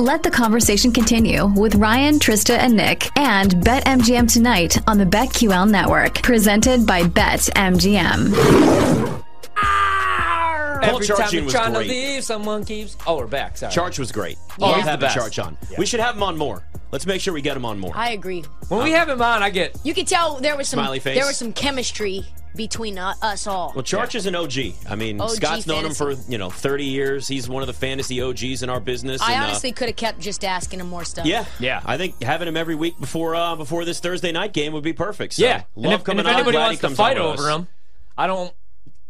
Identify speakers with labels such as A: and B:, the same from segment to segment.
A: Let the conversation continue with Ryan, Trista, and Nick and BetMGM tonight on the BetQL network, presented by BetMGM.
B: Every
C: Paul
B: time
C: Charchin
B: you're
C: was
B: trying
C: great.
B: to leave, someone keeps. Oh, we're back. Sorry.
C: Charge was great.
B: Oh,
C: Always
B: he's the
C: have the
B: best.
C: Charge on. We should have him on more. Let's make sure we get him on more.
D: I agree.
B: When we have him on, I get.
D: You could tell there was some
C: Smiley face.
D: there was some chemistry between uh, us all.
C: well, Charge is an OG. I mean,
D: OG
C: Scott's known him for
D: fantasy.
C: you know 30 years. He's one of the fantasy OGs in our business.
D: I
C: and, uh,
D: honestly could have kept just asking him more stuff.
C: yeah,
B: Yeah.
C: I think having him every week before uh, before this Thursday night game would be perfect. So,
B: Yeah. and
C: love
B: if,
C: coming
B: and if
C: on.
B: anybody
C: Glad he
B: wants to
C: comes
B: fight
C: on with
B: over
C: us.
B: him, I don't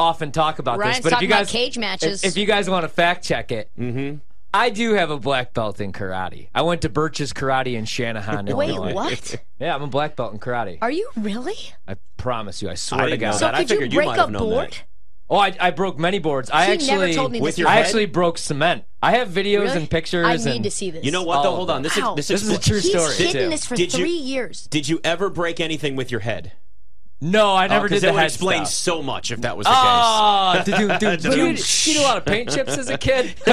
B: often talk about
D: Ryan's
B: this, but if
D: talking
B: you guys
D: about cage matches.
B: if, if you guys want to fact check it, mm-hmm. I do have a black belt in karate. I went to Birch's Karate in Shanahan,
D: Wait,
B: Illinois.
D: what?
B: Yeah, I'm a black belt in karate.
D: Are you really?
B: I promise you. I
C: I
B: swear to
C: didn't know
B: God.
D: So
C: Oh, that. I
D: could you
C: figured
D: break
C: you might
D: a
C: have known
D: board?
C: that.
B: Oh, I, I broke many boards. I
D: She
B: actually
D: never told me
C: With
D: this.
C: your
B: I
D: before.
C: head?
B: actually broke cement. I have videos
D: Really?
B: and pictures.
D: I need
B: and-
D: to see this.
C: You know what?
B: Oh,
C: though, hold on. This
D: wow.
C: is this,
B: This is a
C: expl-
B: true
D: He's
B: story.
D: hidden
B: too.
D: this for
C: Did you-
D: three years.
C: Did you ever break anything with your head?
B: No, I never
C: Because
B: did
C: Oh, that
B: the
C: would
B: head
C: explain
B: stuff.
C: so much if that was the case.
B: Oh, dude, dude, dude,
C: Dude.
B: you eat- you eat a lot of paint chips as a kid?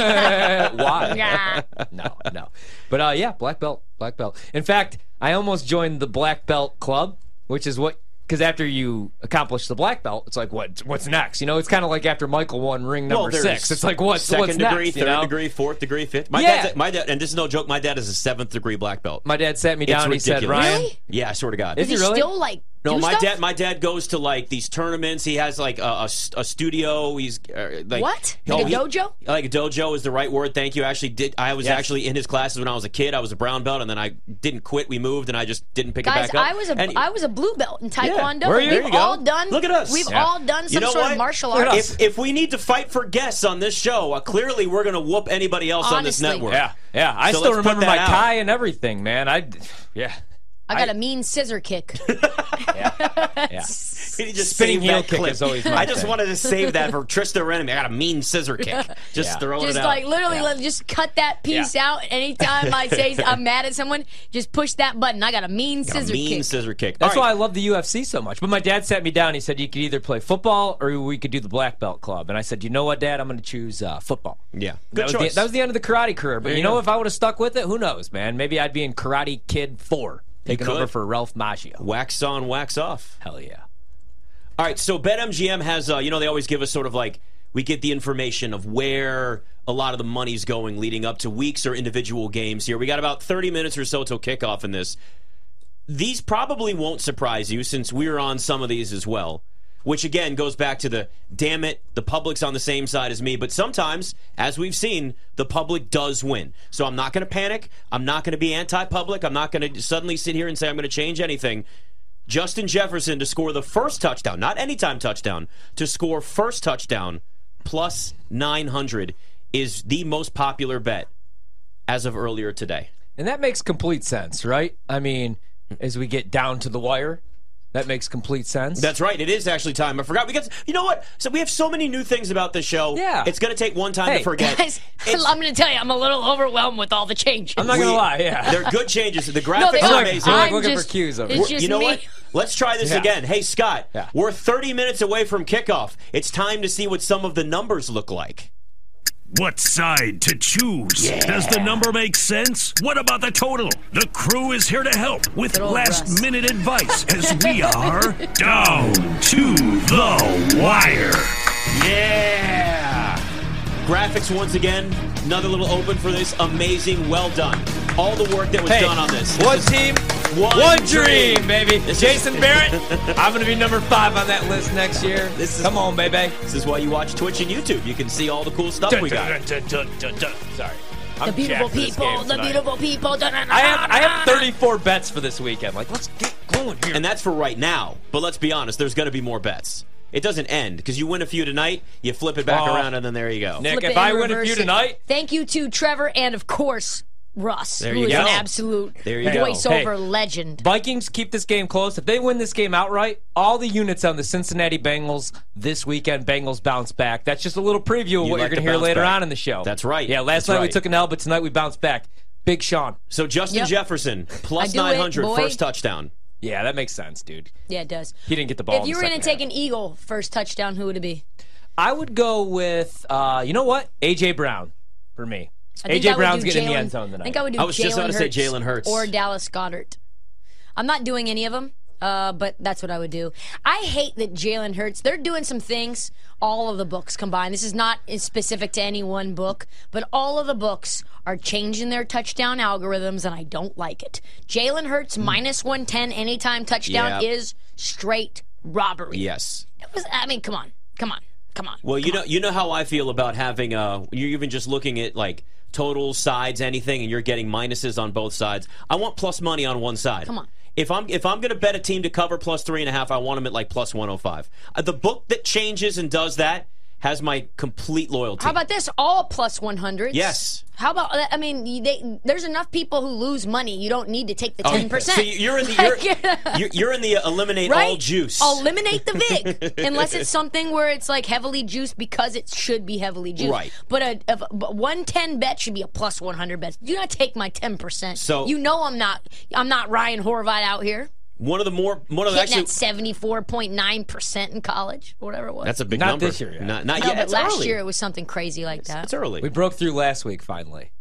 B: Why? no, no. But uh, yeah, black belt, black belt. In fact, I almost joined the black belt club, which is what because after you accomplish the black belt, it's like what what's next? You know, it's kind of like after Michael won ring
C: Well,
B: number
C: there's
B: six. It's like what's
C: second
B: what's
C: degree,
B: next?
C: third
B: you know?
C: degree, fourth degree, fifth. My
B: Yeah.
C: dad's my dad, and this is no joke. My dad is a seventh degree black belt.
B: My dad sat me
C: It's
B: down. He said,
C: ridiculous.
B: Ryan,
D: Really?
C: Yeah, I swear to God.
B: Is
D: Does he
B: he really?
D: still like
C: no,
D: do
C: my
D: stuff?
C: dad. My dad goes to like these tournaments. He has like a, a s- a studio. He's uh, like
D: What?
C: No,
D: Like a
C: he-
D: dojo?
C: Like a dojo is the right word. Thank you. I actually did. I was
B: Yes.
C: actually in his classes when I was a kid. I was a brown belt, and then I didn't quit. We moved, and I just didn't pick
D: Guys,
C: it back up.
D: I was a
C: And-
D: I was a blue belt in
C: Yeah.
D: Taekwondo.
B: Were you?
D: We've
B: There you go.
D: all done.
C: Look at us.
D: We've
C: Yeah.
D: all done some
C: You know
D: sort
C: what?
D: of martial
B: Look at
D: arts.
B: us.
C: If, if we need to fight for guests on this show, uh, clearly we're going to whoop anybody else on this
D: Honestly.
C: network.
B: Yeah, yeah. I
C: So
B: still
C: let's put
B: remember
C: that
B: my
C: out.
B: tie and everything, man. I, yeah,
D: I got a mean scissor kick.
B: yeah.
C: Can you just
B: Spinning
C: save
B: heel
C: that
B: kick
C: clip?
B: is always my
C: I just
B: thing.
C: wanted to save that for Trista Renum. I got a mean scissor kick. Just
B: Yeah.
C: throwing
D: just
C: it out.
D: like literally, let- just cut that piece
B: Yeah.
D: out. Anytime I say I'm mad at someone, just push that button. I got a
C: Got
D: mean
C: a
D: scissor
C: mean
D: kick.
C: scissor kick.
B: That's why I love the UFC so much. But my dad sat me down. He said you could either play football or we could do the black belt club. And I said, you know what, Dad, I'm going to choose uh, football.
C: Yeah. Good
B: that was,
C: choice.
B: the, that was the end of the karate career. But
C: There
B: you
C: you
B: know,
C: go.
B: if I would have stuck with it, who knows, man? Maybe I'd be in Karate Kid Four, taking
C: could.
B: over for Ralph Macchio.
C: wax on, wax off.
B: Hell yeah!
C: All right, so BetMGM has, uh, you know, they always give us sort of like, we get the information of where a lot of the money's going leading up to weeks or individual games here. We got about 30 minutes or so till kickoff in this. These probably won't surprise you since we're on some of these as well, which again goes back to the damn it, the public's on the same side as me. But sometimes, as we've seen, the public does win. So I'm not going to panic. I'm not going to be anti public. I'm not going to suddenly sit here and say I'm going to change anything. Justin Jefferson to score the first touchdown, not anytime touchdown, to score first touchdown plus 900 is the most popular bet as of earlier today.
B: And that makes complete sense, right? I mean, as we get down to the wire, that makes complete sense.
C: That's right. It is actually time. I forgot. We got you know what? So we have so many new things about the show.
B: Yeah.
C: It's going to take one time
B: Hey,
C: to forget.
D: Guys, I'm going to tell you, I'm a little overwhelmed with all the changes.
B: I'm not going to
C: We-
B: lie. Yeah.
C: They're good changes. The graphics
D: no, they
C: are
D: are.
C: amazing.
B: I'm like
D: I'm
B: looking for
D: just,
B: cues over
D: It's
B: here.
D: just
C: you know
D: me.
C: what? Let's try this
B: Yeah.
C: again. Hey, Scott,
B: Yeah.
C: we're 30 minutes away from kickoff. It's time to see what some of the numbers look like.
E: What side to choose? Does the number make sense? What about the total? The crew is here to help with
D: old
E: last
D: Russ.
E: minute advice as we are down to the wire.
C: Yeah! Graphics once again, another little open for this. Amazing, well done. All the work that was
B: Hey,
C: done on this.
B: One
C: This is-
B: team,
C: one
B: one,
C: dream.
B: dream, baby.
C: This is-
B: Jason Barrett, I'm going to be number five on that list next year.
C: This is-
B: Come on, baby.
C: This is why you watch Twitch and YouTube. You can see all the cool stuff we got.
B: Sorry. I'm
D: The
B: jacked
D: beautiful
B: for this
D: people,
B: game
D: the
B: tonight.
D: beautiful people. da- da- da-
B: I have I have
D: da-
B: 34 bets for this weekend. Like, let's get going here.
C: And that's for right now. But let's be honest, there's going to be more bets. It doesn't end because you win a few tonight, you flip it back
B: Oh.
C: around, and then there you go.
B: Nick,
D: Flip it
B: if I
D: and
B: win a
D: reverse
B: few
D: it.
B: tonight,
D: Thank you to Trevor and, of course, Russ,
C: There
D: who
C: you
D: is
C: go.
D: an absolute
C: There you go.
D: voiceover
B: Hey.
D: legend.
B: Vikings keep this game close. If they win this game outright, all the units on the Cincinnati Bengals this weekend, Bengals bounce back. That's just a little preview of
C: You
B: what
C: like
B: you're
C: to
B: going to hear
C: bounce
B: later
C: back.
B: on in the show.
C: That's right.
B: Yeah, last
C: That's
B: night we
C: right.
B: took an L, but tonight we bounced back. Big Sean.
C: So Justin
D: Yep.
C: Jefferson, plus
D: I do it,
C: 900,
D: boy.
C: first touchdown.
B: Yeah, that makes sense, dude.
D: Yeah, it does.
B: He didn't get the ball.
D: If you were
B: going
D: to take an Eagle first touchdown, who would it be?
B: I would go with uh, you know what? AJ Brown for me.
D: I think
B: AJ
D: I would
B: Brown's
D: do
B: getting in the
D: Jalen-
B: end zone tonight.
D: I think I would do
C: I was
D: Jalen
C: just about to say
D: Hurts
C: Jalen Hurts.
D: or Dallas Goddard. I'm not doing any of them, uh, but that's what I would do. I hate that Jalen Hurts. They're doing some things. All of the books combined. This is not is specific to any one book, but all of the books are changing their touchdown algorithms, and I don't like it. Jalen
C: Hmm.
D: Hurts minus 110 anytime touchdown
C: Yep.
D: is straight robbery.
C: Yes.
D: It was- I mean, come on, come on, come on.
C: Well, you know, you know how I feel about having uh, you're even just looking at like totals, sides, anything, and you're getting minuses on both sides. I want plus money on one side.
D: Come on.
C: If I'm if I'm going to bet a team to cover plus three and a half, I want them at like plus one hundred five. Uh, the book that changes and does that has my complete loyalty.
D: How about this? All plus 100s.
C: Yes.
D: How about that? I mean, you- they, there's enough people who lose money. You don't need to take the 10%.
C: Oh, So you- you're in the you're, you're, you're in the eliminate
D: right?
C: all juice.
D: Eliminate the VIG. unless it's something where it's like heavily juiced because it should be heavily juiced.
C: Right.
D: But a, if a but 110 bet should be a plus 100 bet. Do not take my 10%.
C: So-
D: you know I'm not I'm not Ryan Horvat out here.
C: one of the more one of the
D: Hitting
C: actually
D: at 74.9% in college, whatever it was.
C: that's a big
B: Not
C: number.
B: this year, yeah.
C: Not, not
D: no,
C: yet.
D: but
C: It's
D: last
C: early.
D: year it was something crazy like that.
C: it's early.
B: We broke through last week finally,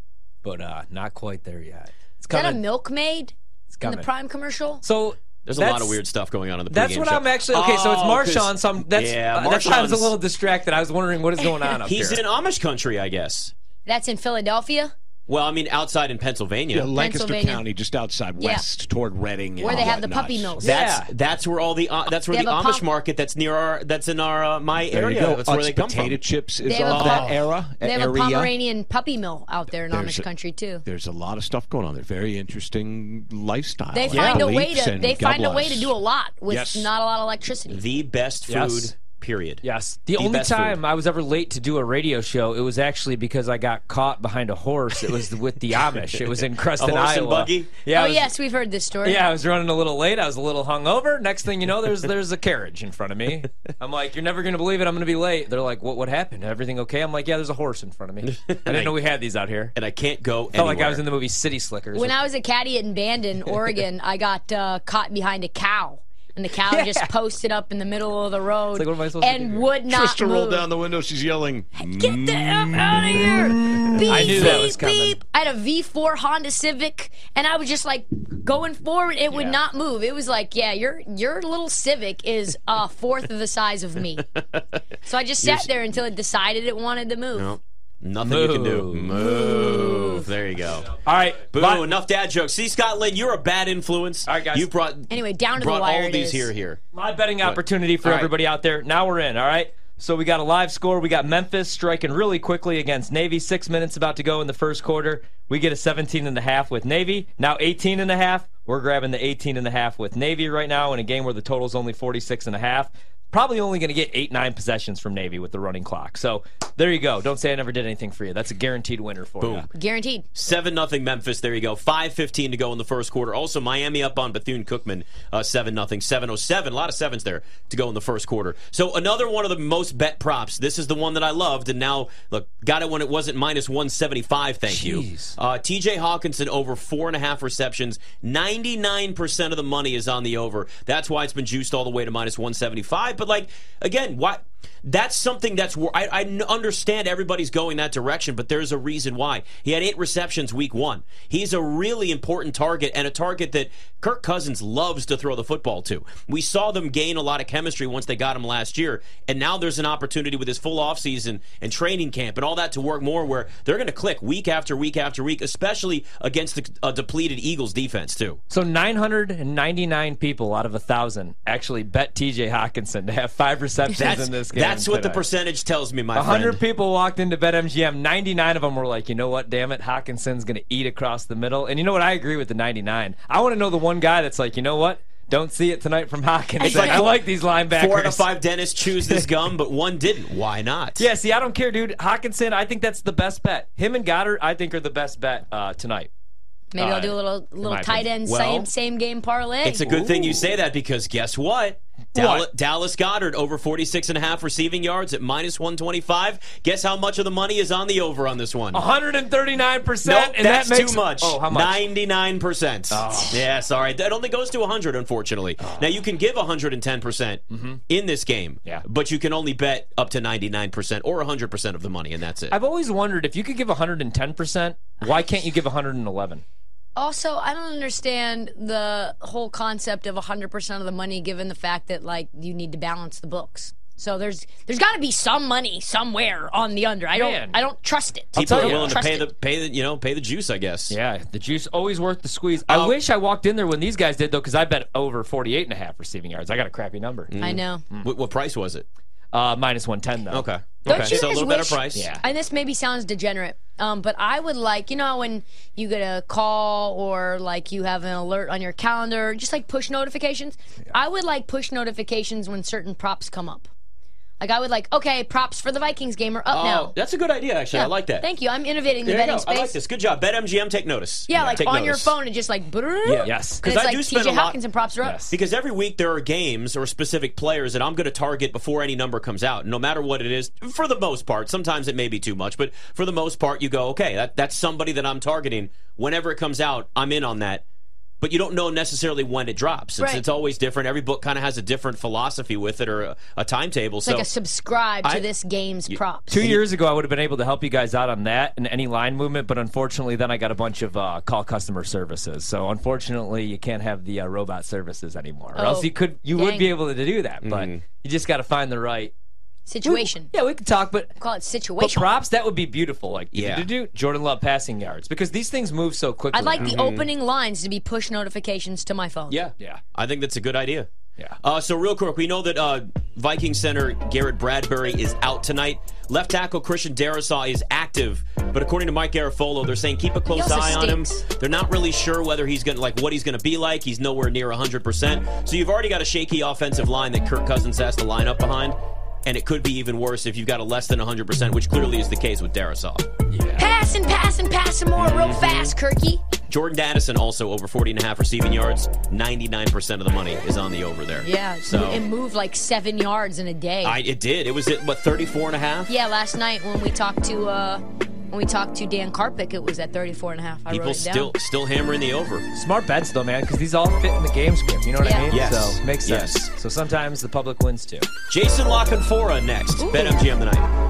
B: but uh, not quite there yet. It's
D: Is that a
B: coming.
D: milkmaid
B: It's
D: in
B: coming.
D: the prime commercial?
B: so
C: There's a
B: that's-
C: lot of weird stuff going on in the.
B: That's
C: pregame
B: what
C: show.
B: I'm actually okay. So it's
C: Oh, 'cause-
B: Marshawn. So I'm, that's
C: yeah,
B: uh, that's why I was a
C: Marshawn's-
B: little distracted. I was wondering what is going on up
C: He's
B: here.
C: in Amish country, I guess.
D: That's in Philadelphia,
C: Well, I mean, outside in Pennsylvania.
F: Yeah, Lancaster
D: Pennsylvania.
F: County, just outside
D: Yeah.
F: west toward Reading.
D: where
F: and
D: they have the
F: whatnot.
D: puppy mills.
C: that's
B: Yeah.
C: that's where all the uh, that's where
D: They
C: the
D: have a
C: Amish
D: pump.
C: market that's near our that's in our uh, my
F: There
C: area.
F: you go.
C: That's where
F: Utz
C: they come
F: potato
C: from.
F: chips
D: They
F: is
D: have
F: of
D: a
F: that
D: pop-
F: era.
D: They have a
F: area.
D: Pomeranian puppy mill out there in
F: There's
D: Amish
F: a-
D: country too.
F: There's a lot of stuff going on there. Very interesting lifestyle.
D: They
F: and
D: find a way
F: beliefs
D: to
F: and
D: they
F: God
D: find a way to
F: bless.
D: do a lot with
F: Yes.
D: not a lot of electricity.
C: The best food,
B: Yes.
C: period.
B: Yes. The, only
C: best food.
B: time I was ever late to do a radio show, it was actually because I got caught behind a horse. It was with the Amish. It was in Creston,
C: horse and
B: Iowa.
C: buggy?
B: Yeah. I
D: oh
B: was-
D: yes, we've heard this story.
B: Yeah, I was running a little late. I was a little hungover. Next thing you know, there's there's a carriage in front of me. I'm like, you're never gonna believe it. I'm gonna be late. They're like, what what happened? Everything okay? I'm like, yeah, there's a horse in front of me. I didn't know we had these out here.
C: and I can't go
B: Felt
C: anywhere.
B: like I was in the movie City Slickers.
D: When I was a caddy in Bandon, Oregon, I got uh, caught behind a cow, and the cow just posted up in the middle of the road
B: like, what am I supposed to do
D: and
B: here?
D: would not
F: Trista rolled
D: move.
F: down the window. She's yelling.
D: Get the F out of here!
C: Mm.
D: Beep,
B: I knew
D: beep,
B: that was coming.
D: beep. I had a V4 Honda Civic, and I was just like going forward. It would
B: Yeah.
D: not move. It was like, yeah, your your little Civic is a fourth of the size of me. So I just sat there until it decided it wanted to move.
C: No. Nothing you can do.
B: Move.
C: Move. There you go.
B: All right,
C: Boo.
B: bye.
C: Enough dad jokes. See, Scott Lynn, you're a bad influence.
B: All right, guys.
C: You brought
D: Anyway, down to the
C: brought
D: wire.
C: all
D: it
C: these
D: is.
C: here here.
B: My betting opportunity for
C: All right.
B: everybody out there. Now we're in, all right? So we got a live score. We got Memphis striking really quickly against Navy. Six minutes about to go in the first quarter. We get a 17 and a half with Navy. Now 18 and a half. We're grabbing the 18 and a half with Navy right now in a game where the total's only 46 and a half. Probably only going to get eight, nine possessions from Navy with the running clock. So there you go. Don't say I never did anything for you. That's a guaranteed winner for you.
D: Guaranteed.
C: Seven nothing Memphis. There you go. Five fifteen to go in the first quarter. Also Miami up on Bethune Cookman. uh, Seven nothing. Seven oh seven. A lot of sevens there to go in the first quarter. So another one of the most bet props. This is the one that I loved, and now look got it when it wasn't minus one seventy five. Thank
B: Jeez.
C: you. Uh, T.J. Hawkinson over four and a half receptions. Ninety nine percent of the money is on the over. That's why it's been juiced all the way to minus one seventy five. But like again, why? That's something that's wor- I, I n- understand everybody's going that direction, but there's a reason why. He had eight receptions week one. He's a really important target and a target that Kirk Cousins loves to throw the football to. We saw them gain a lot of chemistry once they got him last year, and now there's an opportunity with his full offseason and training camp and all that to work more where they're going to click week after week after week, especially against the, a depleted Eagles defense, too.
B: So 999 people out of a 1,000 actually bet TJ Hawkinson to have five receptions
C: That's,
B: in this game.
C: that's what the
B: tonight.
C: percentage tells me, my friend.
B: 100 people walked into BetMGM. 99 of them were like, you know what, damn it, Hawkinson's going to eat across the middle. And you know what? I agree with the 99. I want to know the one guy that's like, you know what? Don't see it tonight from Hawkinson.
C: like
B: I
C: four-
B: like these linebackers.
C: Four out of five dentists choose this gum, but one didn't. Why not?
B: Yeah, see, I don't care, dude. Hawkinson, I think that's the best bet. Him and Goddard, I think, are the best bet uh, tonight.
D: Maybe
B: Uh,
D: I'll do a little
B: my
D: little tight
B: opinion.
D: end
C: Well,
D: same same game parlay.
C: It's a good thing you
B: Ooh.
C: say that because guess what? Dallas, Dallas Goddard over 46 and a half receiving yards at minus 125. Guess how much of the money is on the over on this one?
B: 139%.
C: Nope,
B: and
C: that's
B: Oh, that makes,
C: too much.
B: Oh, how much? Oh.
C: 99%. Yeah, sorry. That only goes to 100, unfortunately. Now, you can give 110% percent in this game,
B: Mm-hmm. Yeah.
C: but you can only bet up to 99% or 100% of the money, and that's it.
B: I've always wondered if you could give 110%, why can't you give 111?
D: Also, I don't understand the whole concept of 100% of the money given the fact that like you need to balance the books. So there's there's got to be some money somewhere on the under. I don't
B: Man.
D: I don't trust it.
C: People
B: tell
C: are
B: you.
C: willing to
D: Trust
C: pay
D: it.
C: the, pay the, you know, pay the juice, I guess.
B: Yeah, the juice always worth the squeeze.
C: Oh.
B: I wish I walked in there when these guys did though, because I bet over 48 and a half receiving yards. I got a crappy number.
C: Mm.
D: I know.
C: What, what price was it?
B: Uh, minus 110 though.
C: Okay.
D: Don't
C: okay.
D: you
C: so a
D: guys
C: little
D: wish-
C: better price.
B: Yeah.
D: And this maybe sounds degenerate, um, but I would like, you know, how when you get a call or like you have an alert on your calendar, just like push notifications. I would like push notifications when certain props come up. Like I would like, okay, props for the Vikings game are up
C: Oh,
D: now.
C: that's a good idea, actually. I like that.
D: Thank you. I'm innovating the
C: There you
D: betting
C: go.
D: space.
C: I like this. Good job. BetMGM, take notice.
D: Yeah, like
C: Take
D: on your
C: notice.
D: phone and just like
B: Yes.
D: Because
C: I do spend a
D: TJ
C: lot-
D: Hawkins and props are up.
B: Yes.
C: Because every week there are games or specific players that I'm going to target before any number comes out, no matter what it is. For the most part, sometimes it may be too much, but for the most part, you go, okay, that, that's somebody that I'm targeting. Whenever it comes out, I'm in on that. But you don't know necessarily when it drops. It's,
D: Right.
C: it's always different. Every book kind of has a different philosophy with it or a, a timetable.
D: It's
C: so
D: like a subscribe to
C: I-
D: this game's props.
B: Two years ago, I would have been able to help you guys out on that and any line movement, but unfortunately, then I got a bunch of uh, call customer services. So unfortunately, you can't have the uh, robot services anymore. Or
D: Oh,
B: else you could, you would
D: dang.
B: be able to do that, but
C: Mm-hmm.
B: you just got to find the right
D: situation.
B: Yeah, we could talk, but
D: Call it
B: but
D: situation.
B: props that would be beautiful. Like
C: Yeah.
B: do-do-do, Jordan Love passing yards because these things move so quickly.
D: I'd like
B: now.
D: the opening lines to be push notifications to my phone.
C: Mm-hmm. yeah,
B: Yeah.
C: I think that's a good idea.
B: Yeah.
C: Uh, so real quick, we know that uh, Viking center Garrett Bradbury is out tonight. Left tackle Christian Darasaw is active, but according to Mike Garafolo, they're saying keep a close
D: also
C: eye on him.
D: stinks.
C: They're not really sure whether he's going to like what he's going to be like. He's nowhere near 100%. So you've already got a shaky offensive line that Kirk Cousins has to line up behind, and it could be even worse if you've got a less than 100%, which clearly is the case with Darasaw.
D: Pass and pass and pass some more real fast, Kirky.
C: Jordan Addison also over 40 and a half receiving yards. 99% of the money is on the over there.
D: Yeah.
C: So
D: It moved like seven yards in a day.
C: I, it did. It was at what 34 and a half?
D: yeah, last night when we talked to uh when we talked to Dan Karpik, it was at 34 and a half. I
C: People
D: wrote it down.
C: still still hammering the over.
B: Smart bets though, man, because these all fit in the game script. You know what
D: Yeah.
B: I mean?
C: Yes.
B: So makes sense.
C: Yes.
B: So sometimes the public wins too.
C: Jason Lockenfora next. Bet MGM tonight.